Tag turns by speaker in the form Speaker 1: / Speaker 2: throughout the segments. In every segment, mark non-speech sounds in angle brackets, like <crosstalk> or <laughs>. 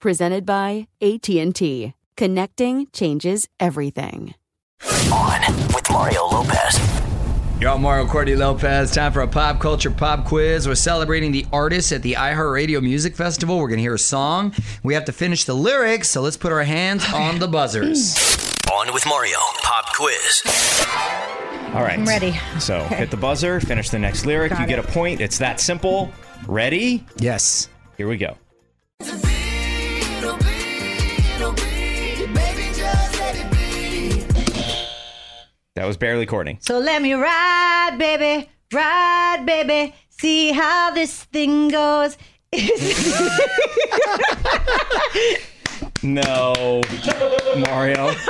Speaker 1: presented by AT&T. Connecting changes everything.
Speaker 2: On with Mario Lopez.
Speaker 3: Yo, Mario Cordy Lopez. Time for a pop culture pop quiz. We're celebrating the artists at the iHeartRadio Music Festival. We're going to hear a song. We have to finish the lyrics, so let's put our hands on the
Speaker 4: <clears throat>
Speaker 3: buzzers.
Speaker 2: On with Mario. Pop quiz.
Speaker 4: All right.
Speaker 5: I'm ready.
Speaker 4: So hit the buzzer, finish the next lyric,
Speaker 5: Got
Speaker 4: you get a
Speaker 5: it.
Speaker 4: point. It's that simple. Ready?
Speaker 3: Yes.
Speaker 4: Here we go. That was barely Courtney.
Speaker 5: So let me ride, baby, ride, baby. See how this thing goes.
Speaker 4: No, Mario.
Speaker 3: <laughs>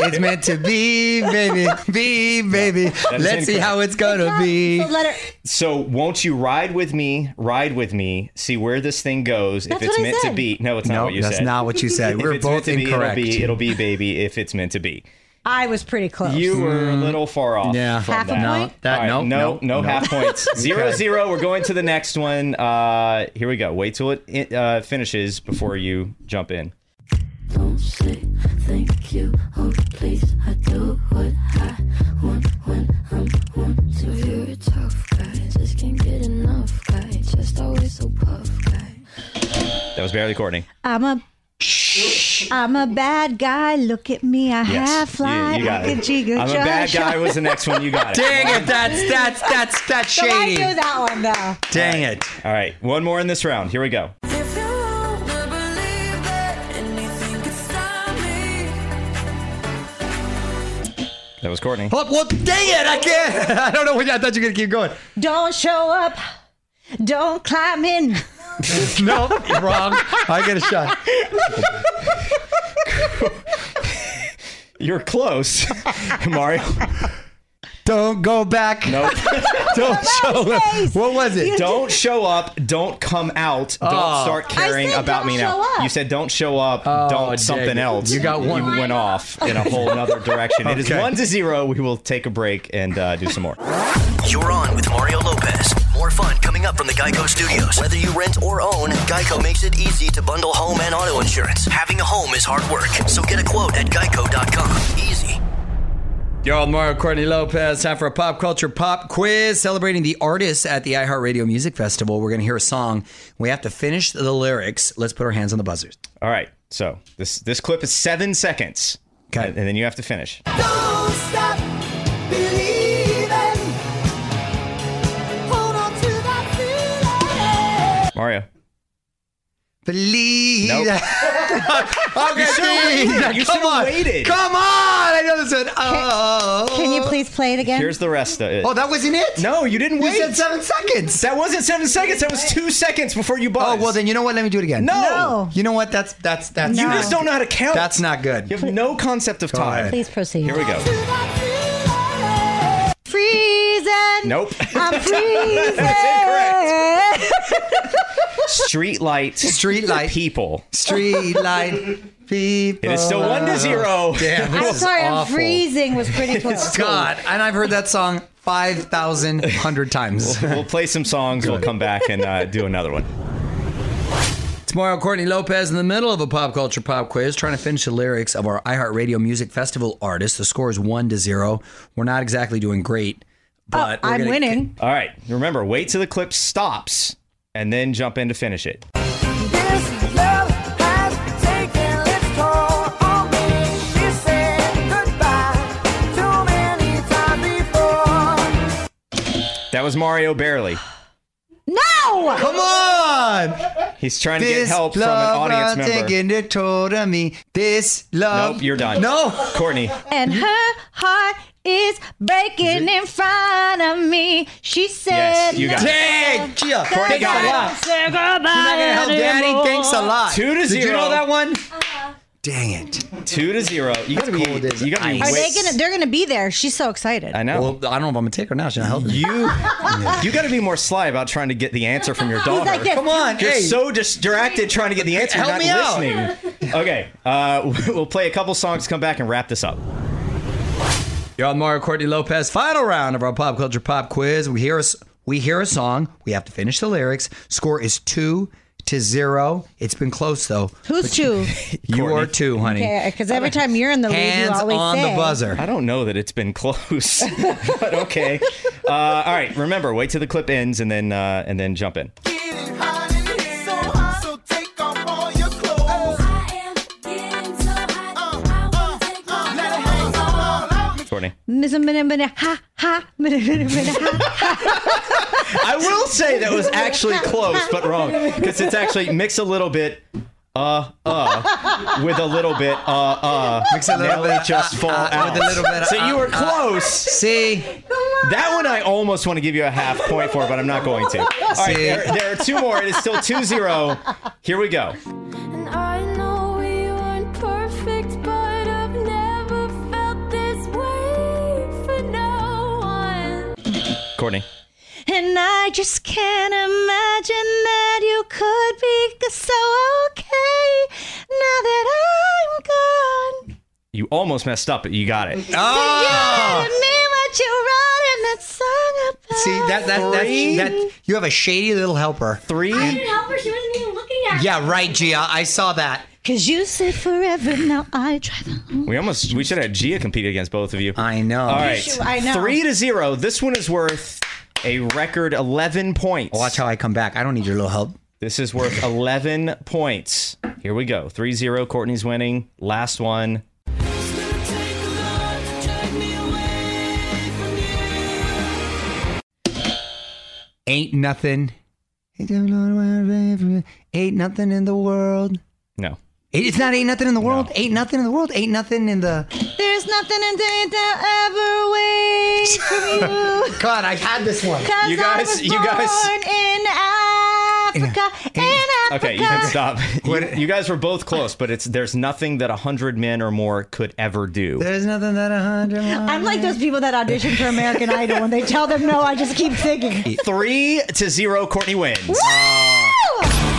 Speaker 3: It's meant to be, baby. Be, baby.
Speaker 4: is
Speaker 3: Let's see how it's going to be.
Speaker 5: So let her.
Speaker 4: So won't you ride with me? Ride with me. See where this thing goes.
Speaker 5: That's
Speaker 4: if it's
Speaker 5: what I
Speaker 4: meant to
Speaker 5: said.
Speaker 4: be, no, it's not
Speaker 3: No,
Speaker 4: what you
Speaker 3: that's
Speaker 4: said.
Speaker 3: not what you said.
Speaker 4: <laughs> If
Speaker 3: We're
Speaker 4: it's meant
Speaker 3: both
Speaker 4: to be,
Speaker 3: incorrect.
Speaker 4: It'll be, it'll be, baby, if it's meant to be.
Speaker 5: I was pretty close.
Speaker 4: You were a little far
Speaker 3: Mm.
Speaker 4: off.
Speaker 3: Yeah.
Speaker 4: from
Speaker 5: Half a
Speaker 4: that.
Speaker 5: point?
Speaker 3: no, that,
Speaker 4: All right,
Speaker 3: no,
Speaker 4: no, no, half
Speaker 3: <laughs>
Speaker 4: points. Zero, zero. We're going to the next one. Uh, here we go. Wait till it uh, finishes before you jump in.
Speaker 6: Don't say thank you. Oh, please, I do what I want when I'm wanted. If you're a tough guy, just can't get enough guy. Just always so puff guy.
Speaker 4: That was barely Courtney.
Speaker 5: I'm a. I'm a bad guy. Look at me. I
Speaker 4: Yes,
Speaker 5: have fly.
Speaker 4: You, you got
Speaker 5: I can
Speaker 4: it.
Speaker 5: jiggle,
Speaker 4: I'm a bad
Speaker 5: jive.
Speaker 4: guy. Was the next one you got? it.
Speaker 3: Dang it. That's, that's, that's, that's
Speaker 5: So I
Speaker 3: shady.
Speaker 5: knew that one though.
Speaker 3: Dang it.
Speaker 4: All right, one more in this round. Here we go.
Speaker 6: If you wanna believe that anything could stop me.
Speaker 4: That was Courtney.
Speaker 3: Oh, well, dang it. I can't. <laughs> I don't know. What, I thought you were going to keep going.
Speaker 5: Don't show up. Don't climb in.
Speaker 3: Nope. Wrong. I get a shot.
Speaker 4: You're close, <laughs> Mario.
Speaker 3: Don't go back.
Speaker 4: Nope.
Speaker 3: Don't show up. What was it?
Speaker 4: don't show up. Don't come out. Don't
Speaker 3: Oh.
Speaker 4: start caring
Speaker 5: I said
Speaker 4: about
Speaker 5: don't
Speaker 4: me now.
Speaker 5: show up.
Speaker 4: You said don't show up.
Speaker 3: dang
Speaker 4: don't something
Speaker 3: it.
Speaker 4: else.
Speaker 3: You got one.
Speaker 4: You went off in a whole other direction. It is
Speaker 3: Okay.
Speaker 4: one to zero. We will take a break and uh, do some more.
Speaker 2: You're on with Mario Lopez. More fun coming up from the Geico Studios. Whether you rent or own, Geico makes it easy to bundle home and auto insurance. Having a home is hard work, so get a quote at geico.com. Easy.
Speaker 3: Yo, I'm Mario Courtney Lopez. Time for a pop culture pop quiz celebrating the artists at the iHeartRadio Music Festival. We're going to hear a song. We have to finish the lyrics. Let's put our hands on the buzzers.
Speaker 4: All right. So this this clip is seven seconds.
Speaker 3: Okay.
Speaker 4: And, and then you have to finish.
Speaker 7: Don't stop believing. Hold on to that feeling.
Speaker 4: Mario.
Speaker 3: Believe.
Speaker 4: Nope.
Speaker 3: <laughs> Okay,
Speaker 4: should've
Speaker 3: dude.
Speaker 4: waited. You
Speaker 3: Come
Speaker 4: should've
Speaker 3: on.
Speaker 4: waited.
Speaker 3: Come on. I know this one. Oh.
Speaker 5: Can you please play it again?
Speaker 4: Here's the rest of it.
Speaker 3: Oh, that wasn't it?
Speaker 4: no, you didn't
Speaker 3: You
Speaker 4: wait.
Speaker 3: said seven seconds.
Speaker 4: That wasn't seven seconds. That was two seconds before you
Speaker 3: Oh,
Speaker 4: buzzed.
Speaker 3: well, then you know what? Let me do it again.
Speaker 4: No.
Speaker 5: No.
Speaker 3: You know what? That's, that's, that's.
Speaker 4: you
Speaker 5: No.
Speaker 4: just don't know how to count.
Speaker 3: That's not
Speaker 4: You
Speaker 3: good.
Speaker 4: have no concept of
Speaker 3: Go
Speaker 4: time.
Speaker 3: ahead.
Speaker 5: please proceed.
Speaker 4: Here we go.
Speaker 5: Freezing.
Speaker 4: Nope. <laughs>
Speaker 5: I'm freezing.
Speaker 4: That's Street light.
Speaker 3: Street light.
Speaker 4: People.
Speaker 3: Street light people.
Speaker 4: It is still one
Speaker 3: Uh.
Speaker 4: to zero.
Speaker 3: Damn, this
Speaker 5: I'm
Speaker 3: is
Speaker 5: sorry,
Speaker 3: awful.
Speaker 5: I'm freezing was pretty close.
Speaker 3: God, and I've heard that song 5,100
Speaker 4: <laughs>
Speaker 3: times.
Speaker 4: We'll play some songs. We'll come back and uh, do another one.
Speaker 3: It's Mario Courtney Lopez in the middle of a pop culture pop quiz, trying to finish the lyrics of our iHeartRadio Music Festival artist. The score is one to zero. We're not exactly doing great, but we're
Speaker 5: Oh, I'm
Speaker 3: gonna-
Speaker 5: winning.
Speaker 4: All right. Remember, wait till the clip stops and then jump in to finish it. That was Mario barely.
Speaker 5: No!
Speaker 3: Come on!
Speaker 4: He's trying to get
Speaker 3: This
Speaker 4: help from an
Speaker 3: love
Speaker 4: audience
Speaker 3: I'm
Speaker 4: member.
Speaker 3: taking it told on me. This love.
Speaker 4: Nope, you're done.
Speaker 3: No.
Speaker 4: Courtney,
Speaker 5: And her heart is breaking in front of me. She said,
Speaker 4: Yes, you got it.
Speaker 3: Dang, Gia,
Speaker 4: Courtney
Speaker 3: thanks
Speaker 4: got
Speaker 3: a
Speaker 4: it.
Speaker 3: lot.
Speaker 5: Say goodbye.
Speaker 3: You're not gonna help Daddy. Thanks a lot.
Speaker 4: Two to
Speaker 3: Did you
Speaker 4: zero.
Speaker 3: know that one?
Speaker 5: Uh-huh.
Speaker 3: Dang it.
Speaker 4: two to zero. You gotta be.
Speaker 3: cold as
Speaker 4: You gotta be.
Speaker 3: ice.
Speaker 5: Are
Speaker 4: way-
Speaker 5: they gonna? They're gonna be there. She's so excited.
Speaker 4: I know.
Speaker 3: Well, I don't know if I'm gonna take her now. She's not helping. me.
Speaker 4: you you got to be more sly about trying to get the answer from your daughter.
Speaker 5: like this.
Speaker 3: Come on,
Speaker 4: You're
Speaker 3: hey.
Speaker 4: so distracted trying to get the answer,
Speaker 3: Help
Speaker 4: not
Speaker 3: me out.
Speaker 4: <laughs> listening. okay, uh, we'll play a couple songs, come back, and wrap this up.
Speaker 3: You're on Mario Courtney Lopez. Final round of our pop culture pop quiz. We hear us. We hear a song. We have to finish the lyrics. Score is two to zero. It's been close though.
Speaker 5: Who's two?
Speaker 3: <laughs> You are two, honey.
Speaker 5: Because every time you're in the lead, you
Speaker 3: Hands
Speaker 5: always
Speaker 3: on
Speaker 5: say.
Speaker 3: the buzzer.
Speaker 4: I don't know that it's been <laughs> close, but okay. Uh, all right, remember, wait till the clip ends and then uh, and then jump in. Courtney,
Speaker 5: Miss a minute, minute, ha ha, minute, minute, minute, ha.
Speaker 4: I will say that was actually close, but wrong because it's actually mix a little bit. Uh, uh, with a little bit, uh, uh,
Speaker 3: Mix a little
Speaker 4: now they
Speaker 3: bit,
Speaker 4: just
Speaker 3: uh,
Speaker 4: fall
Speaker 3: uh,
Speaker 4: out.
Speaker 3: with a little bit,
Speaker 4: so you
Speaker 3: uh,
Speaker 4: were
Speaker 3: uh.
Speaker 4: close.
Speaker 3: See,
Speaker 4: That one I almost want to give you a half point for, but I'm not going to. All right,
Speaker 3: See?
Speaker 4: there, there are two more. It is still 2 0. Here we go.
Speaker 6: And I know we weren't perfect, but I've never felt this way for no one.
Speaker 4: Courtney.
Speaker 5: and I just can't imagine that you could be so okay now that I'm gone.
Speaker 4: You almost messed up, but you got it.
Speaker 5: Oh.
Speaker 3: oh,
Speaker 5: You me what you wrote in that song about.
Speaker 3: see that that, that
Speaker 4: Three.
Speaker 3: that you have a shady little helper.
Speaker 4: Three.
Speaker 6: help her, she wasn't even looking at
Speaker 3: Yeah, right, Gia. I saw that.
Speaker 5: Cause you said forever, now I drive alone.
Speaker 4: We almost we should have Gia compete against both of you.
Speaker 3: I know.
Speaker 4: All right.
Speaker 5: should- I know.
Speaker 4: Three to zero. This one is worth a record 11 points.
Speaker 3: Watch how I come back. I don't need your little help.
Speaker 4: This is worth 11 points. Here we go. 3 0. Courtney's winning. Last one.
Speaker 3: Ain't nothing. Ain't nothing in the world.
Speaker 4: No.
Speaker 3: It- It's not ain't nothing in the world. Ain't nothing in the world. Ain't nothing in the.
Speaker 5: There's nothing in day that ever wait for
Speaker 3: <laughs>
Speaker 5: you.
Speaker 3: God, I had this one.
Speaker 5: Cause
Speaker 4: You
Speaker 5: I
Speaker 4: guys-
Speaker 5: was
Speaker 4: you guys-
Speaker 5: born in Africa.
Speaker 3: Yeah.
Speaker 5: In Africa.
Speaker 4: Okay, you can stop. <laughs> You, you guys were both close, but it's there's nothing that 100 men or more could ever do.
Speaker 3: There's nothing that a hundred.
Speaker 5: I'm like those people that audition for American Idol. When they tell them no, I just keep thinking.
Speaker 4: Three to zero, Courtney wins.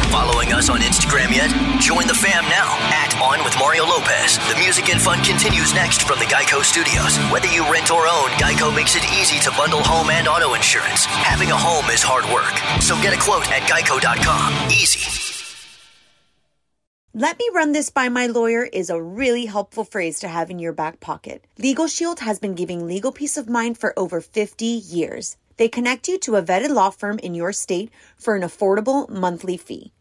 Speaker 2: Following us on Instagram yet? Join the fam now at On With Mario Lopez. The music and fun continues next from the Geico Studios. Whether you rent or own, Geico makes it easy to bundle home and auto insurance. Having a home is hard work, so get a quote at geico.com. Easy.
Speaker 8: Let me run this by my lawyer is a really helpful phrase to have in your back pocket. Legal Shield has been giving legal peace of mind for over 50 years. They connect you to a vetted law firm in your state for an affordable monthly fee.